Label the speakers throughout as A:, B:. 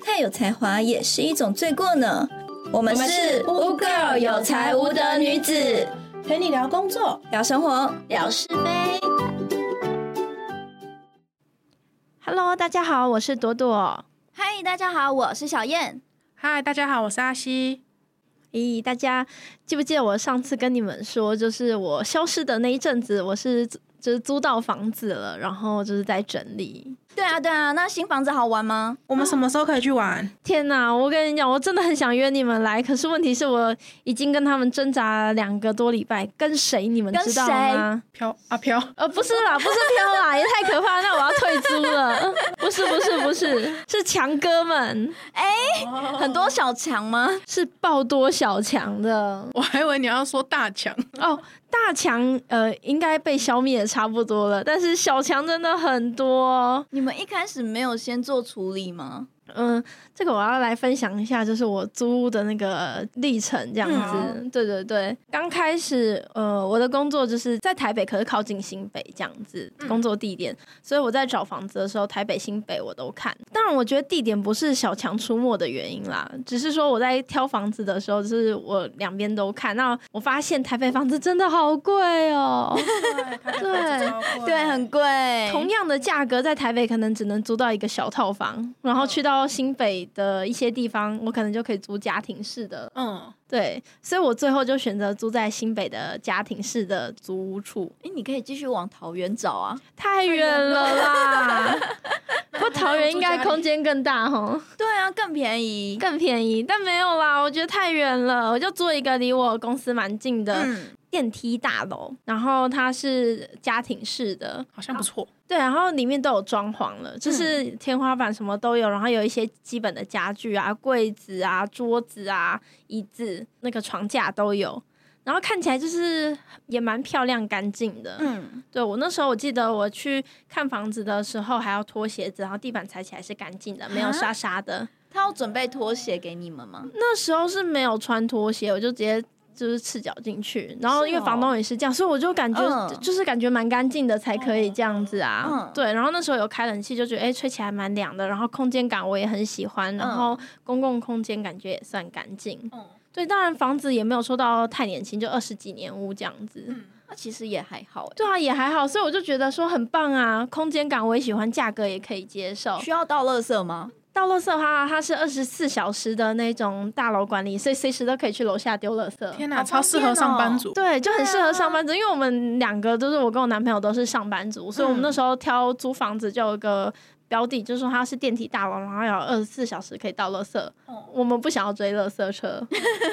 A: 再哎有才华也是一种罪过呢。我们是
B: 乌 girl 有才无德女子，
C: 陪你聊工作，
A: 聊生活，
B: 聊是非。
D: Hello，大家好，我是朵朵。
B: 嗨，大家好，我是小燕。
C: 嗨，大家好，我是阿西。
D: 咦，大家记不记得我上次跟你们说，就是我消失的那一阵子，我是就是租到房子了，然后就是在整理。
B: 对啊，对啊，那新房子好玩吗？
C: 我们什么时候可以去玩？
D: 天哪，我跟你讲，我真的很想约你们来，可是问题是我已经跟他们挣扎了两个多礼拜，跟谁你们
B: 跟
D: 知道
B: 谁
D: 吗？
C: 飘啊飘，
D: 呃，不是啦，不是飘
B: 啊
D: 啦，也太可怕，那我要退租了。 不是，不是，不是，是强哥们，
C: 哦
B: 很多小强吗？
D: 是爆多小强的。
E: 我还以为你要说大强，
D: 哦，大强呃应该被消灭的差不多了，但是小强真的很多、哦。
B: 你们一开始没有先做处理吗？
D: 嗯，这个我要来分享一下，就是我租屋的那个历程，这样子。对对对，刚开始呃，我的工作就是在台北，可是靠近新北这样子工作地点，所以我在找房子的时候，台北、新北我都看。当然，我觉得地点不是小强出没的原因啦，只是说我在挑房子的时候，就是我两边都看。那我发现台北房子真的好贵哦。
C: 对
B: 对，很贵。
D: 同样的价格，在台北可能只能租到一个小套房，然后去到新北的一些地方，我可能就可以租家庭式的。
C: 嗯，
D: 对，所以我最后就选择租在新北的家庭式的租屋处，
B: 哎，你可以继续往桃园找啊。
D: 太远了啦。不过桃园应该空间更大哦吼，
B: 对啊，更便宜。
D: 更便宜，但没有啦，我觉得太远了，我就租一个离我公司蛮近的
B: 嗯，
D: 电梯大楼，然后它是家庭式的，
E: 好像不错。
D: 对，然后里面都有装潢了，就是天花板什么都有，然后有一些基本的家具啊、柜子啊、桌子啊、椅子、那个床架都有，然后看起来就是也蛮漂亮、干净的。
B: 嗯，
D: 对我那时候我记得我去看房子的时候还要脱鞋子，然后地板踩起来是干净的，没有
B: 啊
D: 沙沙的。
B: 他要准备拖鞋给你们吗？
D: 那时候是没有穿拖鞋，我就直接。就是赤脚进去，然后
B: 是
D: 因为
B: 哦
D: 房东也是这样，所以我就感觉、
B: 嗯
D: 就是感觉蛮干净的才可以这样子啊。
B: 嗯
D: 对，然后那时候有开冷气，就觉得哎、诶吹起来蛮凉的，然后空间感我也很喜欢，
B: 嗯
D: 然后公共空间感觉也算干净。
C: 嗯
D: 对，当然房子也没有说到太年轻，就二十几年屋这样子。
B: 那其实也还好哎。
D: 对啊，也还好，所以我就觉得说很棒啊，空间感我也喜欢，价格也可以接受。
B: 需要倒垃圾吗？
D: 到垃圾的话，它是二十四小时的那种大楼管理，所以随时都可以去楼下丢垃圾。
E: 天
B: 好
E: 哪，啊
B: 方
E: 超适合上班
C: 哦
E: 族。
D: 对，就很适合上班族，因为我们两个都是我跟我男朋友都是上班族，所以我
E: 嗯
D: 们那时候挑租房子就有一个标的，就是说它是电梯大楼，然后有二十四小时可以到垃圾。
E: 哦
D: 我们不想要追垃圾 车，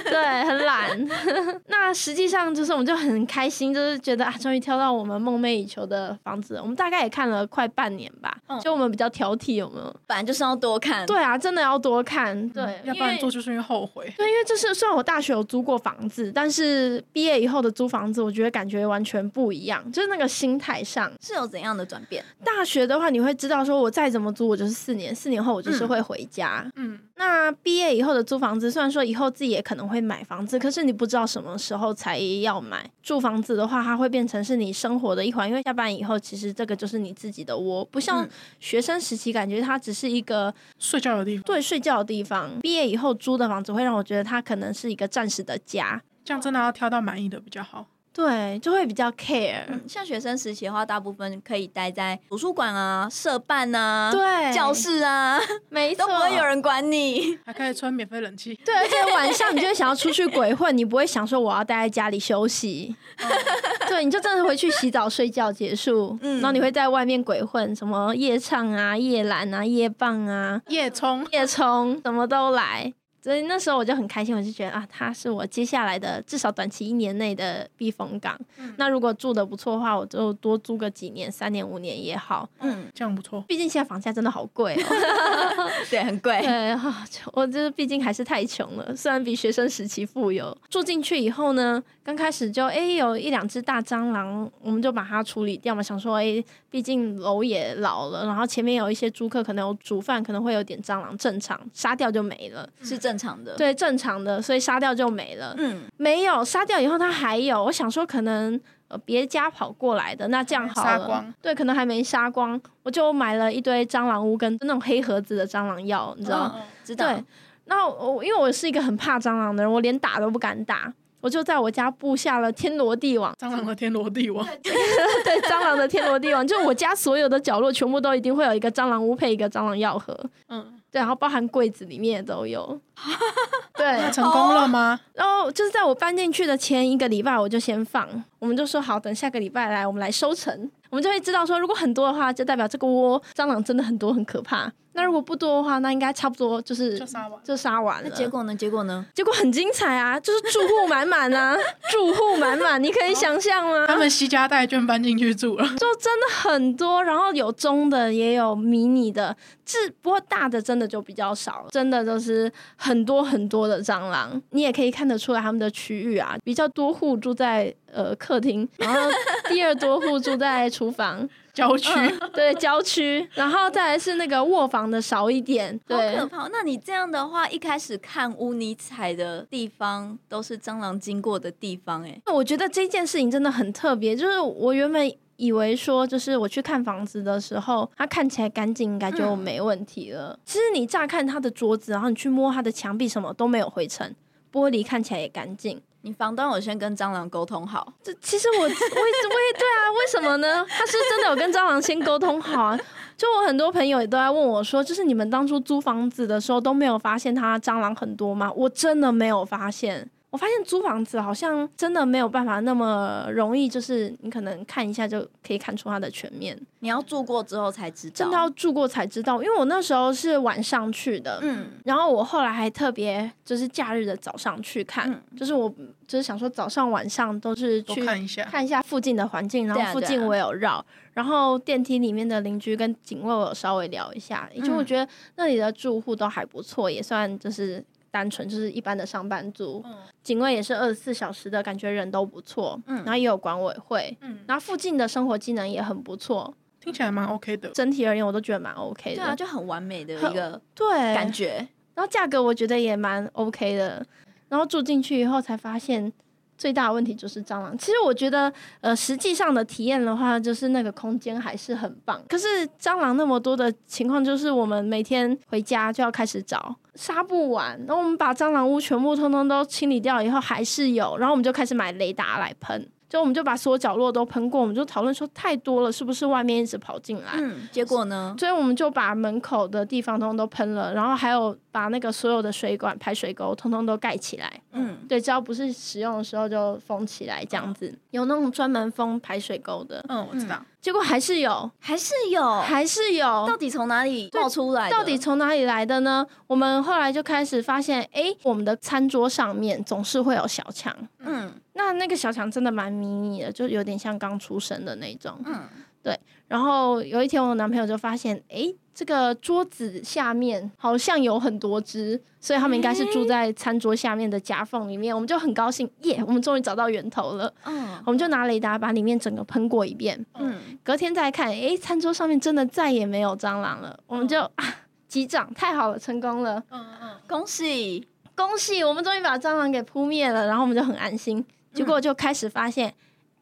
D: 对，很懒。 那实际上就是我们就很开心，就是觉得啊，终于挑到我们梦寐以求的房子了。我们大概也看了快半年吧，
E: 嗯
D: 就我们比较挑剔，有没有？
B: 本来就是要多看。
D: 对啊，真的要多看，对，
E: 要不
D: 因
E: 然
D: 为
E: 做就是因为后悔。
D: 对，因为就是虽然我大学有租过房子，但是毕业以后的租房子，我觉得感觉完全不一样，就是那个心态上。
B: 是有怎样的转变？
D: 大学的话，你会知道说，我再怎么租，我就是四年，四年后我就是会回家。
E: 嗯，
D: 那毕业以后的租房子，虽然说以后自己也可能会买房子，可是你不知道什么时候才要买。住房子的话，它会变成是你生活的一环，因为下班以后，其实这个就是你自己的窝，不像
B: 嗯
D: 学生时期感觉它只是一个
E: 睡觉的地方，
D: 对睡觉的地方。毕业以后租的房子会让我觉得它可能是一个暂时的家，
E: 这样真的要挑到满意的比较好。
D: 对，就会比较 care，、
B: 嗯像学生时期的话，大部分可以待在图书馆啊、社办啊、
D: 对，
B: 教室啊，
D: 没错，
B: 都不会有人管
C: 嗯
B: 你。
E: 还可以吹免费冷气，
D: 对，而且晚上你就会想要出去鬼混，你不会想说我要待在家里休息，
C: 哦
D: 对，你就真的回去洗澡睡觉结束，
B: 嗯
D: 然后你会在外面鬼混，什么夜唱啊、夜篮啊、夜棒啊、
E: 夜冲。
D: 夜冲，什么都来。所以那时候我就很开心，我就觉得啊，它是我接下来的至少短期一年内的避风港。那如果住的不错的话，我就多租个几年，三年五年也好。
B: 嗯，
E: 这样不错，
D: 毕竟现在房价真的好贵哦。
B: 对，很贵。
D: 对，啊 就我就是毕竟还是太穷了，虽然比学生时期富有。住进去以后呢，刚开始就诶有一两只大蟑螂，我们就把它处理掉嘛，想说诶，毕竟楼也老了，然后前面有一些租客可能有煮饭，可能会有点蟑螂，正常杀掉就没了。
B: 是正常的。，
D: 对，正常的，所以杀掉就没了。
B: 嗯，
D: 没有杀掉以后，它还有，我想说可能呃别家跑过来的，那这样好
E: 杀
D: 了
E: 光
D: 对，可能还没杀光，我就买了一堆蟑螂屋跟那种黑盒子的蟑螂药，你知
C: 哦
D: 道？
E: 哦
B: 嗯知道
D: 对，那我因为我是一个很怕蟑螂的人，我连打都不敢打，我就在我家布下了天罗地网，
E: 蟑螂和天罗地网，
D: 对蟑螂的天罗地网，就我家所有的角落全部都一定会有一个蟑螂屋配一个蟑螂药盒，
E: 嗯，
D: 对，然后包含柜子里面也 都有，对，
E: 那成功了吗？
C: 哦
D: 然后就是在我搬进去的前一个礼拜，我就先放，我们就说好，等下个礼拜来，我们来收成，我们就会知道说，如果很多的话，就代表这个窝蟑螂真的很多，很可怕。那如果不多的话，那应该差不多就是
E: 就杀完，
D: 就杀完了。
B: 那结果呢？结果呢？
D: 结果很精彩啊，就是住户满满啊， 住户满满，你可以想象吗？
E: 他们惜家带眷搬进去住了，
D: 就真的很多，然后有中的也有迷你的，只不过大的真的就比较少了，真的就是很多很多的蟑螂，你也可以看得出来他们的区域啊，比较多户住在呃客厅，然后第二多户住在厨房，
E: 郊区
C: 嗯
D: 对郊区，然后再来是那个卧房的少一点，
B: 好
D: 对
B: 可。怕！那你这样的话，一开始看污泥踩的地方都是蟑螂经过的地方、欸，
D: 我觉得这件事情真的很特别，就是我原本以为说，就是我去看房子的时候，它看起来干净，应该就没问题了。其实你乍看它的桌子，然后你去摸它的墙壁，什么都没有灰尘，玻璃看起来也干净。
B: 你房东有先跟蟑螂沟通好，
D: 这其实我 我也我也对啊，为什么呢？他是真的有跟蟑螂先沟通好啊。就我很多朋友也都在问我说，就是你们当初租房子的时候都没有发现它蟑螂很多吗？我真的没有发现。我发现租房子好像真的没有办法那么容易，就是你可能看一下就可以看出它的全面，
B: 你要住过之后才知道。
D: 真的要住过才知道。因为我那时候是晚上去的，
B: 嗯，
D: 然后我后来还特别就是假日的早上去看，
B: 嗯
D: 就是我就是想说早上晚上都是
E: 多
D: 去
E: 看一下，
D: 看一下附近的环境，然
B: 对啊
D: 后附近我有绕，然后电梯里面的邻居跟警卫我有稍微聊一下，
B: 嗯
D: 以及我觉得那里的住户都还不错，也算就是单纯就是一般的上班族，警卫也是二十四小时的感觉人都不错，
B: 嗯
D: 然后也有管委会，
E: 嗯，
D: 然后附近的生活技能也很不错，
E: 听起来蛮 OK 的，
D: 整体而言我都觉得蛮 OK
B: 对
D: 的，
B: 啊，就很完美的
D: 很
B: 一个
D: 对
B: 感觉。
D: 然后价格我觉得也蛮 OK 的。然后住进去以后才发现，最大的问题就是蟑螂。其实我觉得，呃，实际上的体验的话，就是那个空间还是很棒。可是蟑螂那么多的情况，就是我们每天回家就要开始找，杀不完。然后我们把蟑螂屋全部通通都清理掉以后，还是有。然后我们就开始买雷达来喷，就我们就把所有角落都喷过。我们就讨论说，太多了，是不是外面一直跑进来？
B: 嗯，结果呢？
D: 所以我们就把门口的地方通通都喷了，然后还有把那个所有的水管、排水沟通通都盖起来。
B: 嗯，
D: 对，只要不是使用的时候就封起来，这样子。哦有那种专门封排水沟的，
E: 嗯，我知道，
D: 结果还是有，
B: 还是有，
D: 还是有。
B: 到底从哪里冒出来的？
D: 到底从哪里来的呢？我们后来就开始发现，诶，我们的餐桌上面总是会有小强。
B: 嗯
D: 那那个小强真的蛮迷你的，就有点像刚出生的那种。
B: 嗯，
D: 然后有一天，我男朋友就发现，诶，这个桌子下面好像有很多只，所以他们应该是住在餐桌下面的夹缝里面。我们就很高兴，耶，我们终于找到源头了。
B: 嗯
D: 我们就拿雷达把里面整个喷过一遍，
B: 嗯，
D: 隔天再看，诶，餐桌上面真的再也没有蟑螂了。我们就、啊，击掌，太好了，成功了，
E: 嗯嗯，
B: 恭喜！
D: 恭喜，我们终于把蟑螂给扑灭了。然后我们就很安
B: 嗯
D: 心，结果就开始发现，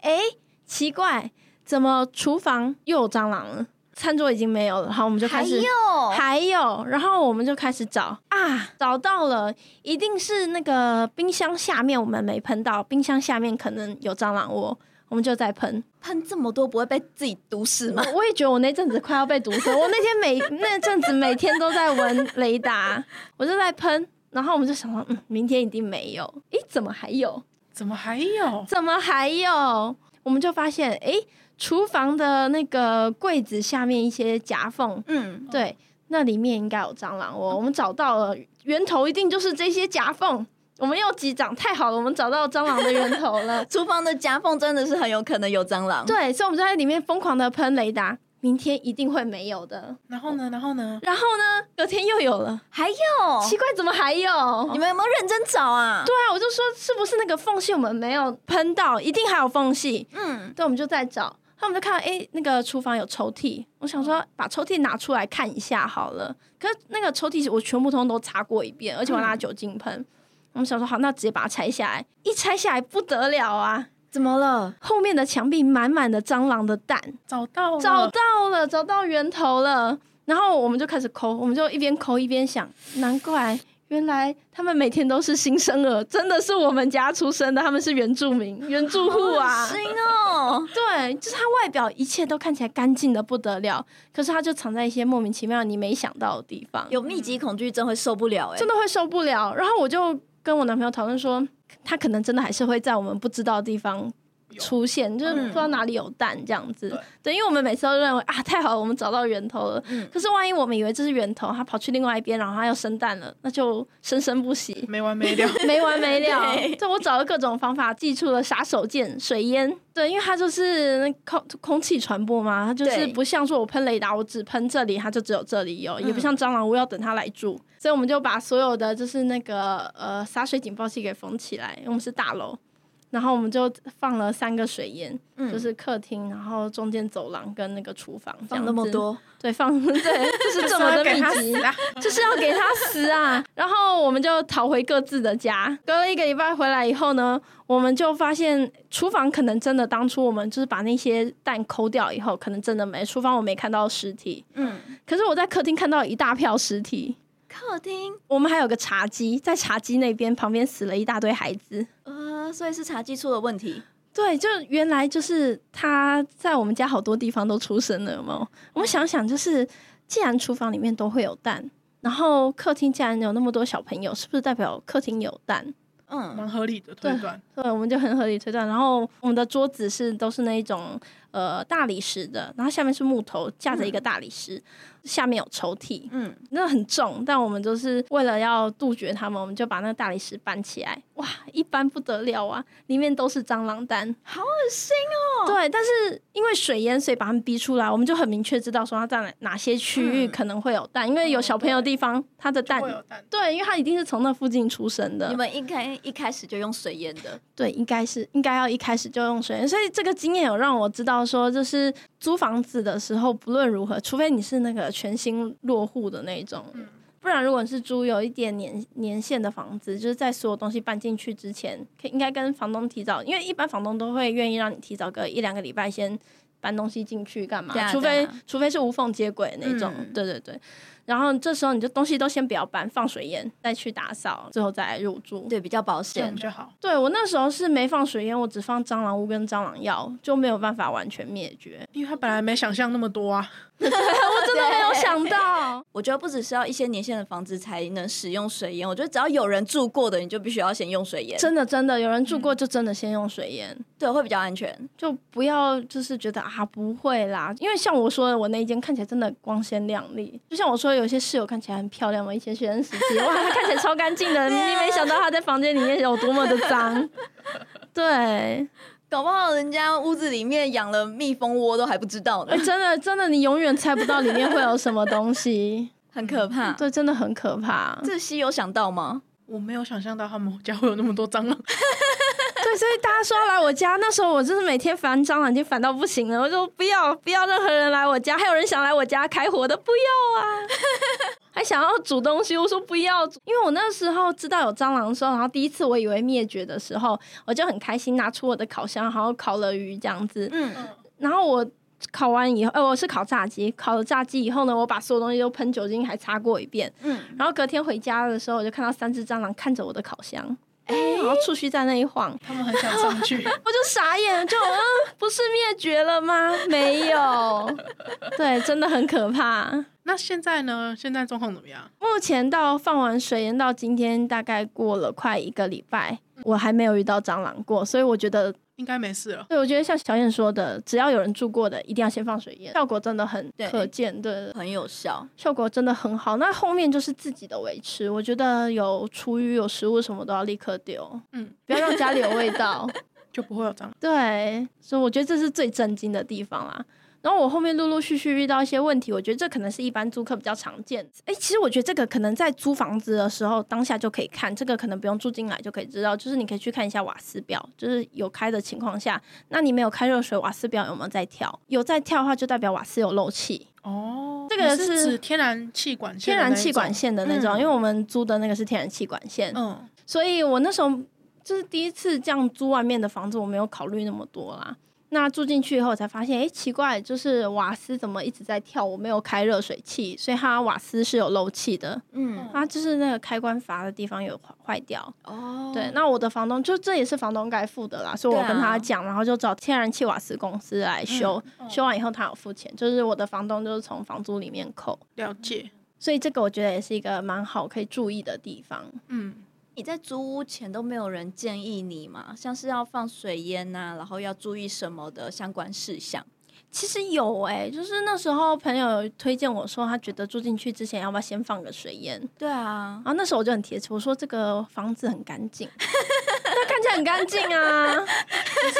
D: 诶，奇怪，怎么厨房又有蟑螂了？餐桌已经没有了，然后我们就开
B: 还
D: 始
B: 有
D: 还有，然后我们就开始找啊，找到了，一定是那个冰箱下面我们没喷到，冰箱下面可能有蟑螂窝，我们就在喷。
B: 喷这么多，不会被自己毒死吗？
D: 我我也觉得我那阵子快要被毒死了，我那天每那阵子每天都在闻雷达，我就在喷，然后我们就想说，嗯，明天一定没有，诶，怎么还有？
E: 怎么还有？
D: 怎么还有？我们就发现，诶，厨房的那个柜子下面一些夹缝
B: 嗯，。
D: 对，那里面应该有蟑螂窝，我们找到了源头，一定就是这些夹缝。我们又击掌，太好了，我们找到蟑螂的源头了
B: 厨房的夹缝真的是很有可能有蟑螂。
D: 对，所以我们就在里面疯狂的喷雷达，明天一定会没有的。
E: 然后呢？然后呢？
D: 然后呢，隔天又有了，
B: 还有，
D: 奇怪，怎么还有？
B: 你们有没有认真找啊？
D: 对啊，我就说是不是那个缝隙我们没有喷到，一定还有缝隙。
B: 嗯，
D: 对，我们就在找，他们就看到诶，那个厨房有抽屉，我想说把抽屉拿出来看一下好了。可是那个抽屉我全部通通都擦过一遍，而且我拿酒精喷。我们想说好，那直接把它拆下来，一拆下来不得了啊！
B: 怎么了？
D: 后面的墙壁满满的蟑螂的蛋，
E: 找到了，
D: 找到了，找到源头了。然后我们就开始抠，我们就一边抠一边想，难怪原来他们每天都是新生儿，真的是我们家出生的，他们是原住民、原住户啊。
B: 心哦，
D: 对，就是他外表一切都看起来干净的不得了，可是他就藏在一些莫名其妙你没想到的地方，
B: 有密集恐惧症会受不了哎、
D: 真的会受不了。然后我就跟我男朋友讨论说，他可能真的还是会在我们不知道的地方出现，就是不知道哪里有蛋这样子。
E: 对，
D: 对，因为我们每次都认为啊，太好了，我们找到源头了。
B: 嗯
D: 可是万一我们以为这是源头，他跑去另外一边，然后他又生蛋了，那就生生不 息
E: 没完没了。
D: 没完没了
B: 对。
D: 对，我找了各种方法，寄出了杀手锏、水淹。对，因为它就是那空空气传播嘛，它就是
B: 对
D: 不像说我喷雷达，我只喷这里，它就只有这里有，也不
B: 嗯
D: 像蟑螂屋要等它来住。所以我们就把所有的就是那个呃洒水警报器给封起来，因为我们是大楼。然后我们就放了三个水淹，
B: 嗯
D: 就是客厅，然放了中间走廊跟那个厨房，
B: 放那么，多，
D: 对，放 对，就是这么的密集，就是要给他死啊！然后我们就逃回各自的家。隔了一个礼拜回来以后呢，我们就发现厨房可能真的当初我们就是把那些蛋抠掉以后，可能真的没厨房我没看到尸体，
B: 嗯，
D: 可是我在客厅看到一大票尸体。
B: 客厅，
D: 我们还有个茶几，在茶几那边旁边死了一大堆孩子。
B: 呃，所以是茶几出了问题，
D: 对，就原来就是他在我们家好多地方都出生了，有没有？我们想想，就是既然厨房里面都会有蛋，然后客厅既然有那么多小朋友，是不是代表客厅有蛋？
B: 嗯，
E: 蛮合理的推断。
D: 对，我们就很合理推断。然后我们的桌子是都是那一种呃大理石的，然后下面是木头架着一个大理石，下面有抽屉，
B: 嗯，
D: 那很重，但我们就是为了要杜绝它们，我们就把那个大理石搬起来。哇，一搬不得了啊，里面都是蟑螂蛋，
B: 好恶心
E: 哦
D: 对，但是因为水淹，所以把他们逼出来，我们就很明确知道说它在哪哪些区域
E: 嗯
D: 可能会有蛋，因为有小朋友的地方，它的蛋
E: 会。有蛋，
D: 对，因为它一定是从那附近出生
B: 哦！
D: 的
B: 你，们一开一开始就用水淹的，
D: 对，应该是应该要一开始就用水淹，所以这个经验有让我知道说，就是租房子的时候，不论如何，除非你是那个全新落户的那种，
E: 嗯
D: 不然如果是租有一点年年限的房子，就是在所有东西搬进去之前，可以应该跟房东提早，因为一般房东都会愿意让你提早个一两个礼拜先搬东西进去干嘛，
B: 对啊
D: 除
B: 对
D: 非
B: 啊
D: 除非是无缝接轨那种，
B: 嗯
D: 对对对。然后这时候你就东西都先不要搬，放水淹，再去打扫，最后再来入住。
B: 对，比较保
E: 这样
B: 险
E: 比。较好。
D: 对我那时候是没放水烟，我只放蟑螂屋跟蟑螂药，就没有办法完全灭绝。
E: 因为他本来没想象那么多啊，
D: 我真的没有想 到，
B: 我觉得不只是要一些年限的房子才能使用水淹，我觉得只要有人住过的，你就必须要先用水淹，
D: 真的真的有人住过就真的先用水烟，
B: 对，会比较安全。
D: 就不要就是觉得啊不会啦，因为像我说的，我那一间看起来真的光鲜亮丽，就像我说有些室友看起来很漂亮嘛，以前学生时期哇，她看起来超干净的，你没想到她在房间里面有多么的脏。对，哎
B: 搞不好人家屋子里面养了蜜蜂窝都还不知道呢
D: 哎、，真的真的，你永远猜不到里面会有什么东西，
B: 很可怕。
D: 对，真的很可怕。
B: 这西有想到吗？
E: 我没有想象到他们家会有那么多蟑螂。
D: 对，所以大家说要来我家，那时候我就是每天烦蟑螂，已经烦到不行了。我就不要不要任何人来我家，还有人想来我家开火的，不要啊！ 还想要煮东西，我说不要煮，因为我那时候知道有蟑螂的时候，然后第一次我以为灭绝的时候，我就很开心，拿出我的烤箱，然后烤了鱼这样子。
B: 嗯，
D: 然后我烤完以后，呃，我是烤炸鸡，烤了炸鸡以后呢，我把所有东西都喷酒精，还擦过一遍。
B: 嗯
D: 嗯，然后隔天回家的时候，我就看到三只蟑螂看着我的烤箱，哎、然后触须在那里晃。
E: 他们很想上去，
D: 我就傻眼，就嗯，不是灭绝了吗？没有，对，真的很可怕。
E: 那现在呢？现在状况怎么样？
D: 目前到放完水淹到今天，大概过了快一个礼拜，我还没有遇到蟑螂过，所以我觉得，
E: 应该没事了。
D: 对我觉得像小燕说的，只要有人住过的，一定要先放水淹，效果真的很
B: 对
D: 可见，对对对
B: 很有效。
D: 效果真的很好。那后面就是自己的维持，我觉得有厨余、有食物什么都要立刻丢，
E: 嗯，
D: 不要让家里有味道。
E: 就不会有蟑螂。
D: 对，所以我觉得这是最震惊的地方啦。然后我后面陆陆续续遇到一些问题，我觉得这可能是一般租客比较常见。诶，其实我觉得这个可能在租房子的时候当下就可以看，这个可能不用住进来就可以知道，就是你可以去看一下瓦斯表，就是有开的情况下，那你没有开热水，瓦斯表有没有在跳？有在跳的话，就代表瓦斯有漏气。
E: 哦，
D: 这个
E: 你
D: 是
E: 是指天然气管线
D: 天
E: 的那一种，
D: 然气管线的那种，
E: 嗯
D: 因为我们租的那个是天然气管线，
E: 嗯，
D: 所以我那时候就是第一次这样租外面的房子，我没有考虑那么多啦。那住进去以后我才发现，哎、奇怪，就是瓦斯怎么一直在跳？我没有开热水器，所以它瓦斯是有漏气的。
B: 嗯，
D: 啊，就是那个开关阀的地方有坏坏掉。
B: 哦，
D: 对，那我的房东就这也是房东该付的啦，所以我
B: 对啊
D: 跟他讲，然后就找天然气瓦斯公司来修，
E: 嗯
D: 修完以后他有付钱，就是我的房东就是从房租里面扣，
E: 了解，
D: 所以这个我觉得也是一个蛮好可以注意的地方。
E: 嗯，
B: 你在租屋前都没有人建议你吗？像是要放水烟呐、然后要注意什么的相关事项？
D: 其实有诶、就是那时候朋友推荐我说，他觉得住进去之前要不要先放个水烟，
B: 对啊
D: 然，后那时候我就很铁齿，我说这个房子很干净， 它看起来很干净啊，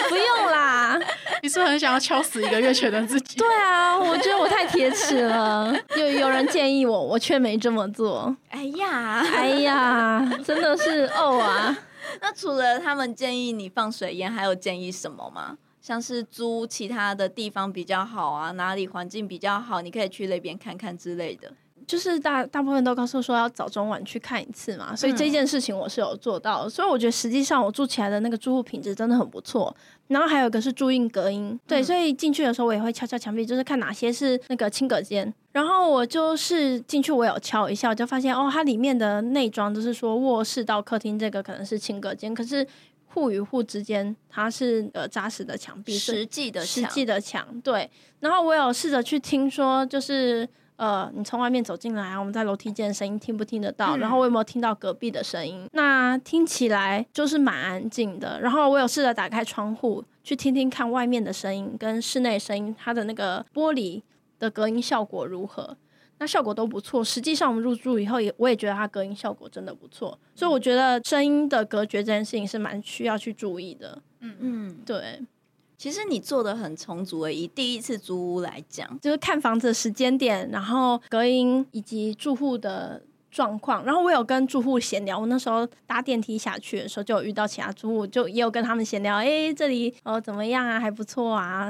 D: 不用啦。
E: 你是不是很想要敲死一个月前的自己？
D: 对啊，我觉得我太铁齿了。有有人建议我，我却没这么做。
B: 哎呀，
D: 哎呀，真的是哦啊！
B: 那除了他们建议你放水烟，还有建议什么吗？像是租其他的地方比较好啊，哪里环境比较好，你可以去那边看看之类的。
D: 就是大大部分都告诉我说要早中晚去看一次嘛，所以这件事情我是有做到的。所以我觉得实际上我住起来的那个住户品质真的很不错。然后还有一个是住印隔音，对，
B: 嗯
D: 所以进去的时候我也会敲敲墙壁，就是看哪些是那个轻隔间。然后我就是进去，我有敲一下，我就发现哦，它里面的内装就是说卧室到客厅这个可能是轻隔间，可是户与户之间它是呃扎实的墙壁，所以
B: 实际的
D: 实
B: 想
D: 际的墙，对。然后我有试着去听说，就是呃，你从外面走进来啊，我们在楼梯间的声音听不听得到？然后我有没有听到隔壁的声音？那听起来就是蛮安静的。然后我有试着打开窗户去听听看外面的声音跟室内声音，它的那个玻璃的隔音效果如何？那效果都不错。实际上我们入住以后也，我也觉得它隔音效果真的不错。所以我觉得声音的隔绝这件事情是蛮需要去注意的。
B: 嗯，
D: 对。
B: 其实你做的很充足欸诶，以第一次租屋来讲，
D: 就是看房子的时间点，然后隔音以及住户的状况。然后我有跟住户闲聊，我那时候搭电梯下去的时候就有遇到其他住户，就也有跟他们闲聊，诶，这里哦怎么样啊，还不错啊。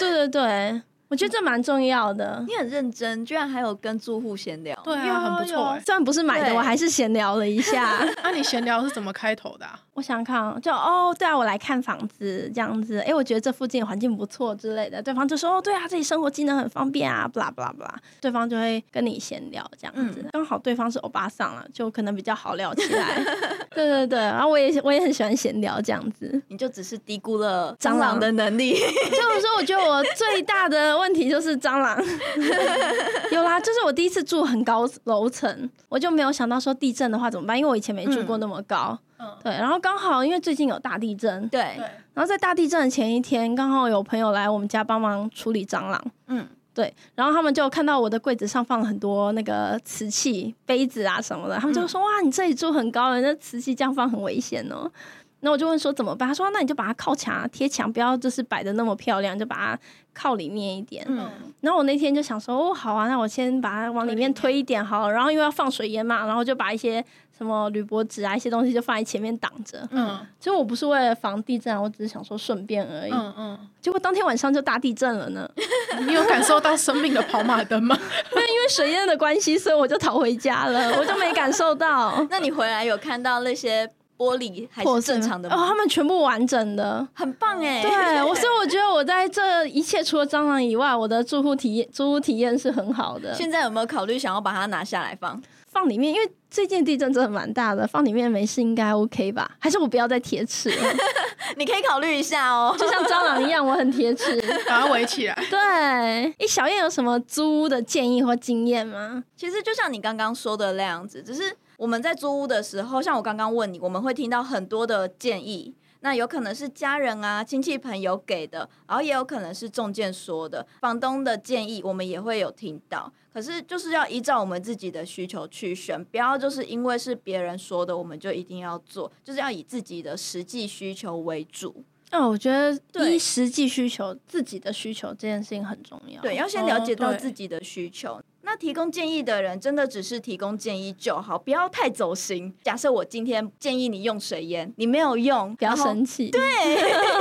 D: 对对对，我觉得这蛮重要的。
B: 你很认真，居然还有跟住户闲聊。
E: 对啊，很不错哎。
D: 虽然不是买的，
B: 对
D: 我还是闲聊了一下。
E: 那你闲聊是怎么开头的啊？
D: 我想想看哦，就哦，对啊，我来看房子这样子，诶，我觉得这附近环境不错之类的，对方就说哦，对啊，这里生活机能很方便啊，不啦不啦不啦，对方就会跟你闲聊这样子，刚好对方是欧巴桑了，就可能比较好聊起来。 对对对，然后我也我也很喜欢闲聊这样子，
B: 你就只是低估了
D: 蟑
B: 蟑
D: 螂
B: 螂的能 力。
D: 所以我说，我觉得我最大的问题就是蟑螂。 有啦，就是我第一次住很高楼层，我就没有想到说地震的话怎么办，因为我以前没住过那么
E: 嗯
D: 高。对，然后刚好因为最近有大地震，
B: 对，
D: 然后在大地震的前一天，刚好有朋友来我们家帮忙处理蟑螂，
B: 嗯，
D: 对，然后他们就看到我的柜子上放了很多那个瓷器、杯子啊什么
B: 嗯
D: 的，他们就说：“哇，你这里住很高，人家瓷器这样放很危险哦。”那我就问说怎么办？他说：“那你就把它靠墙啊贴墙，不要就是摆的那么漂亮，就把它靠里面一点。”
B: 嗯，
D: 然后我那天就想说，哦，好啊，那我先把它往里面推一点好了。然后因为要放水烟嘛，然后就把一些什么铝箔纸啊一些东西就放在前面挡着。
E: 嗯
D: 其实我不是为了防地震啊，我只是想说顺便而已。
E: 嗯嗯，
D: 结果当天晚上就大地震了呢，因
E: 你有感受到生命的跑马 灯吗？
D: 为水淹的关系，所以我就逃回家了，我就没感受到
B: 那你回来有看到那些玻璃还
D: 破
B: 是
D: 碎
B: 正常的
D: 哦，
B: 吗？
D: 他们全部完整的。
B: 很棒哎，
D: 对，我所以我觉得我在这一切除了蟑螂以外，我的住户体验住户体验是很好的。
B: 现在有没有考虑想要把它拿下来放？
D: 放里面，因为最近地震真的蛮大的，放里面没事应该 OK 吧？还是我不要再铁齿了，
B: 你可以考虑一下哦。
D: 就像蟑螂一样，我很铁齿。
E: 把它围起来。
D: 对，哎，小燕有什么租屋的建议或经验吗？
B: 其实就像你刚刚说的那样子，只是我们在租屋的时候，像我刚刚问你，我们会听到很多的建议。那有可能是家人啊、亲戚朋友给的，然后也有可能是中介说的、房东的建议，我们也会有听到。可是就是要依照我们自己的需求去选，不要就是因为是别人说的，我们就一定要做，就是要以自己的实际需求为主。
D: 哦，我觉得
B: 对
D: 依实际需求、自己的需求这件事情很重要。
B: 对，，要先
E: 哦
B: 了解到
E: 对
B: 自己的需求。那提供建议的人真的只是提供建议就好，不要太走心。假设我今天建议你用水烟，你没有用，
D: 不要
B: 然后
D: 生气。对，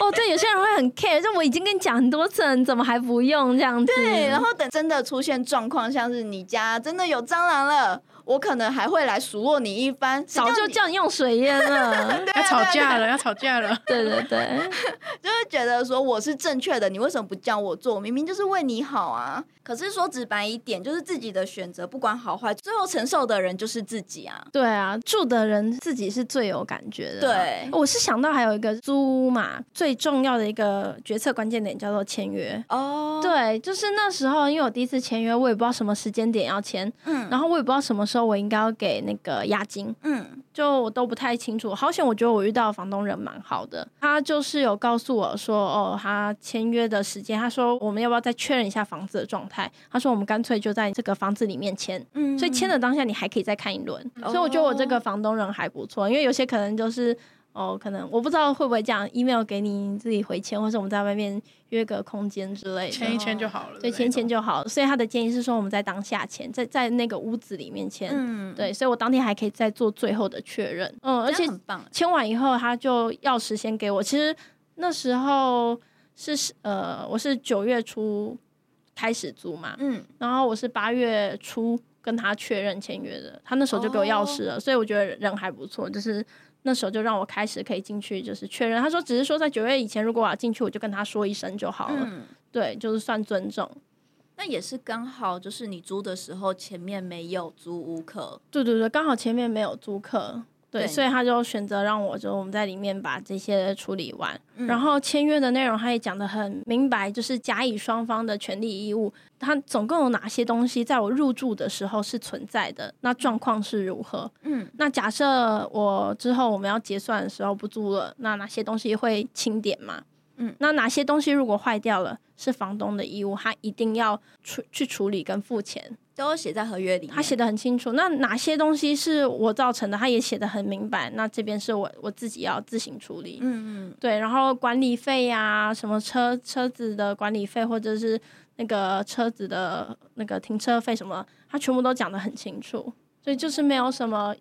D: 哦，对，有些人会很 care，就我已经跟你讲很多次了，你怎么还不用这样子？
B: 对，然后等真的出现状况，像是你家真的有蟑螂了，我可能还会来数落你一番，谁
D: 早就
B: 你
D: 叫你用水淹 了。
E: 要吵架
D: 啊
E: 了，要吵架了。
D: 对对对，
B: 就会觉得说我是正确的，你为什么不叫我做？我明明就是为你好啊！可是说直白一点，就是自己的选择，不管好坏，最后承受的人就是自己啊。
D: 对啊，住的人自己是最有感觉的。啊
B: 对
D: 我是想到还有一个租屋嘛，最重要的一个决策关键点叫做签约。
B: 哦，
D: 对，就是那时候，因为我第一次签约，我也不知道什么时间点要签，
B: 嗯，
D: 然
B: 后
D: 后我也不知道什么时候我应该要给那个押金，
B: 嗯，
D: 就我都不太清楚。好险，我觉得我遇到的房东人蛮好的，他就是有告诉我说，哦，他签约的时间，他说我们要不要再确认一下房子的状态？他说我们干脆就在这个房子里面签，
B: 嗯哦
D: 所以签的当下你还可以再看一轮。所以我觉得我这个房东人还不错，因为有些可能就是。哦，可能我不知道会不会这样，email 给你自己回签，或者我们在外面约个空间之类的，
E: 签一签就好了。
D: 对，签一签就好。所以他的建议是说，我们在当下签，在在那个屋子里面签。
B: 嗯，
D: 对，所以我当天还可以再做最后的确认。嗯，
B: 这
D: 而
B: 样
D: 且
B: 很棒。
D: 签完以后，他就钥匙先给我。其实那时候是呃，我是九月初开始租嘛，
B: 嗯，
D: 然后我是八月初跟他确认签约的，他那时候就给我
B: 哦
D: 钥匙了，所以我觉得人还不错，就是那时候就让我开始可以进去，就是确认。他说只是说在九月以前，如果我要进去，我就跟他说一声就好了，
B: 嗯，
D: 对，就是算尊重。
B: 那也是刚好，就是你租的时候前面没有租屋客，
D: 对对对，刚好前面没有租客，对，
B: 对
D: 所以他就选择让我就我们在里面把这些处理完，
B: 嗯
D: 然后签约的内容他也讲得很明白，就是甲乙双方的权利义务，它总共有哪些东西在我入住的时候是存在的，那状况是如何？
B: 嗯
D: 那假设我之后我们要结算的时候不租了，那哪些东西会清点嘛？
B: 嗯，
D: 那哪些东西如果坏掉了，是房东的义务，他一定要处去处理跟付钱。
B: 都写在合约里面。
D: 他写的很清楚，那哪些东西是我造成的，他也写的很明白。那这边是我我自己要自行处理，
B: 嗯，嗯
D: 对。然后管理费呀、什么车车子的管理费，或者是那个车子的那个停车费什么，他全部都讲的很清楚，所以就是没有什么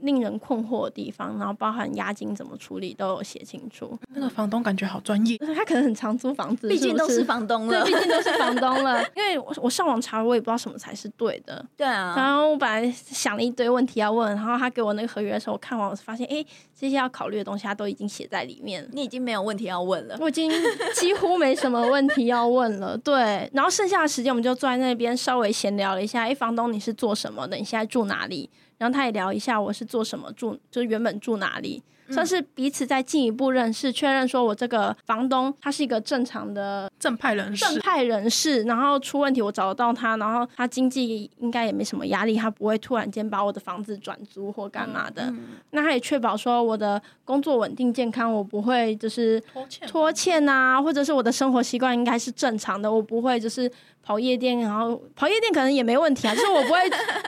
D: 令人困惑的地方。然后包含押金怎么处理都有写清楚。
E: 那个房东感觉好专业，
D: 嗯他可能很常租房子，
B: 毕竟都
D: 是
B: 是
D: 不是。
B: 房东
D: 对，
B: 了
D: 毕，竟都是房东了。因为我我上网查，我也不知道什么才是对的。
B: 对啊，
D: 然后我本来想了一堆问题要问，然后他给我那个合约的时候，我看完我发现，哎，这些要考虑的东西他都已经写在里面了。
B: 你已经没有问题要问了。
D: 我已经几乎没什么问题要问了，对。然后剩下的时间我们就坐在那边稍微闲聊了一下，哎，房东你是做什么的？你现在住哪里？然后他也聊一下我是做什么住，就是原本住哪里，算是彼此再进一步认识，确认说我这个房东他是一个正常的
E: 正派人士
D: 正。派人士，然后出问题我找得到他，然后他经济应该也没什么压力，他不会突然间把我的房子转租或干嘛
B: 嗯
D: 的。嗯那他也确保说我的工作稳定健康，我不会就是
E: 拖欠
D: 拖欠啊，或者是我的生活习惯应该是正常的，我不会就是跑夜店，然后跑夜店可能也没问题啊，就是我不 会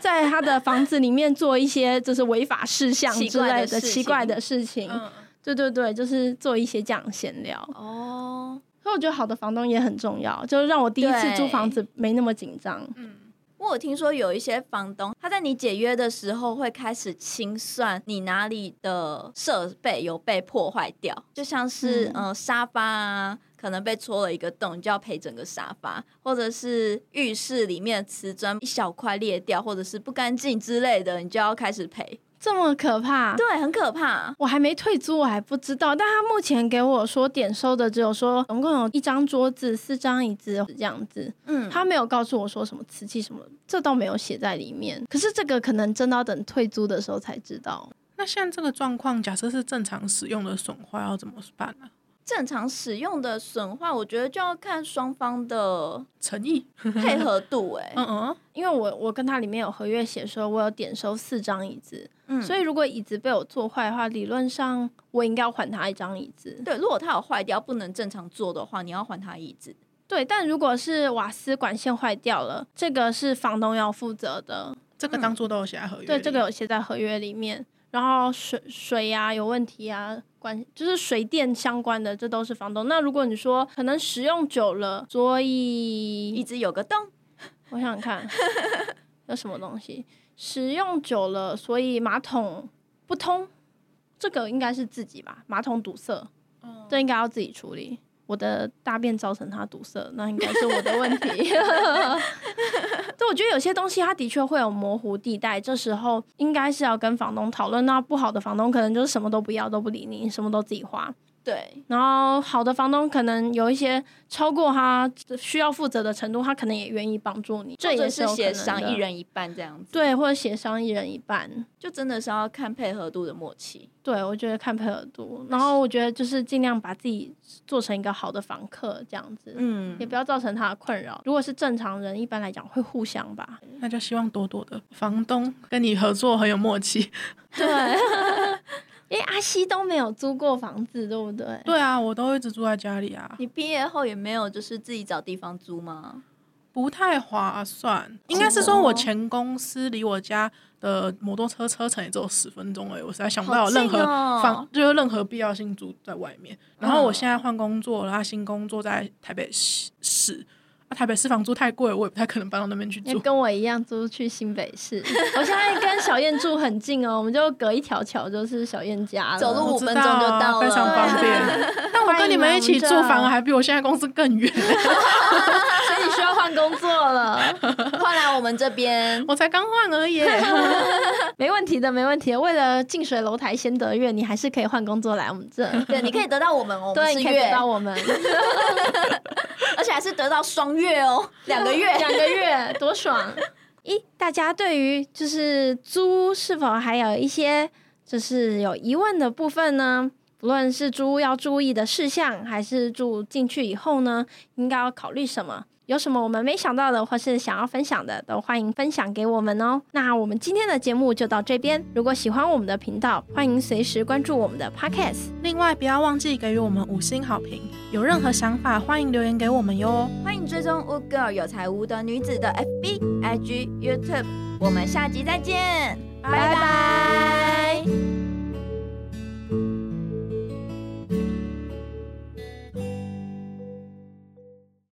D: 在他的房子里面做一些就是违法事项
B: 奇
D: 之
B: 怪的
D: 类的
B: 事
D: 奇怪
B: 情
D: 的事情。
E: 嗯，
D: 对对对，就是做一些这样闲聊。
B: 哦，
D: 所以我觉得好的房东也很重要，就是让我第一次
B: 对
D: 租房子没那么紧张。
E: 嗯
B: 我有听说有一些房东，他在你解约的时候会开始清算你哪里的设备有被破坏掉，就像是、呃沙发啊，可能被戳了一个洞，你就要赔整个沙发，或者是浴室里面的瓷砖一小块裂掉，或者是不干净之类的，你就要开始赔。
D: 这么可怕？
B: 对，很可怕。
D: 我还没退租，我还不知道。但他目前给我说点收的只有说总共有一张桌子、四张椅子这样子，
B: 嗯，
D: 他没有告诉我说什么瓷器什么，这都没有写在里面。可是这个可能真的要等退租的时候才知道。
E: 那现在这个状况，假设是正常使用的损坏，要怎么办呢、
B: 正常使用的损坏，我觉得就要看双方的
E: 诚意，
B: 配合度、哎，
E: 嗯嗯，
D: 因为我我跟他里面有合约写说，我有点收四张椅子，
B: 嗯，
D: 所以如果椅子被我做坏的话，理论上我应该要还他一张椅子。
B: 对，如果它有坏掉不能正常坐的话，你要还他椅子。
D: 对，但如果是瓦斯管线坏掉了，这个是房东要负责的，
E: 这个当初都有写在合约里。
D: 嗯对，这个有写在合约里面。然后水水呀、有问题啊，管就是水电相关的，这都是房东。那如果你说可能使用久了，所
B: 椅
D: 以
B: 子有个洞，
D: 我想想看有什么东西使用久了，所以马桶不通，这个应该是自己吧，马桶堵塞，这应该要自己处理。我的大便造成它堵塞，那应该是我的问题。 对，我觉得有些东西它的确会有模糊地带，这时候应该是要跟房东讨论。那不好的房东可能就是什么都不要，都不理你，什么都自己花。
B: 对，
D: 然后好的房东可能有一些超过他需要负责的程度，他可能也愿意帮助你，这
B: 或
D: 也
B: 者
D: 是
B: 是
D: 有可
B: 协
D: 能
B: 商
D: 的
B: 一人一半这样子，
D: 对，或者协商一人一半。
B: 就真的是要看配合度的默契。
D: 对，我觉得看配合度，然后我觉得就是尽量把自己做成一个好的房客这样子，
B: 嗯
D: 也不要造成他的困扰。如果是正常人，一般来讲会互相吧。
E: 那就希望朵朵的房东跟你合作很有默契。
D: 对，因为阿西都没有租过房子，对不对？
E: 对啊，我都一直住在家里啊，
B: 你毕业后也没有就是自己找地方租吗？
E: 不太划算。应该是说我前公司离我家的摩托车车程也只有十分钟而已，我实在想不到有任何
B: 好近
E: 房、
B: 哦
E: 就是任何必要性住在外面。然后我
B: 嗯
E: 现在换工作了，然后新工作在台北市市。啊、台北市房租太贵，我也不太可能搬到那边去
D: 因
E: 住
B: 哎
D: 为。跟我一样租去新北市， 我现在跟小燕住很近哦，我们就隔一条桥就是小燕家了。
B: 走路
E: 我
B: 五
E: 知
B: 分
E: 道
B: 钟就
E: 啊
B: 到了，
E: 非常 方便。但我跟你们一起住，反而还比我现在公司更远。
D: 所以你需要换工作了。
B: 换来我们这边
E: 我才刚换而已。
D: 没问题的，没问题的。为了近水楼台先得月，你还是可以换工作 来我们这。
B: 对，你可以得到我们，哦，我们
D: 对，
B: 是
D: 你可以得
B: 月，
D: 到我们
B: 而且还是得到双月哦，两个月。
D: 两个月，多爽！一，大家对于就是租是否还有一些就是有疑问的部分呢？不论是租屋要注意的事项，还是住进去以后呢，应该要考虑什么？有什么我们没想到的，或是想要分享的，都欢迎分享给我们哦。那我们今天的节目就到这边。如果喜欢我们的频道，欢迎随时关注我们的 Podcast。
E: 另外，不要忘记给予我们五星好评。有任何想法，欢迎留言给我们哟。
B: 欢迎追踪 Wood Girl 有才无德女子的 FB、IG、YouTube，我们下集再见，拜拜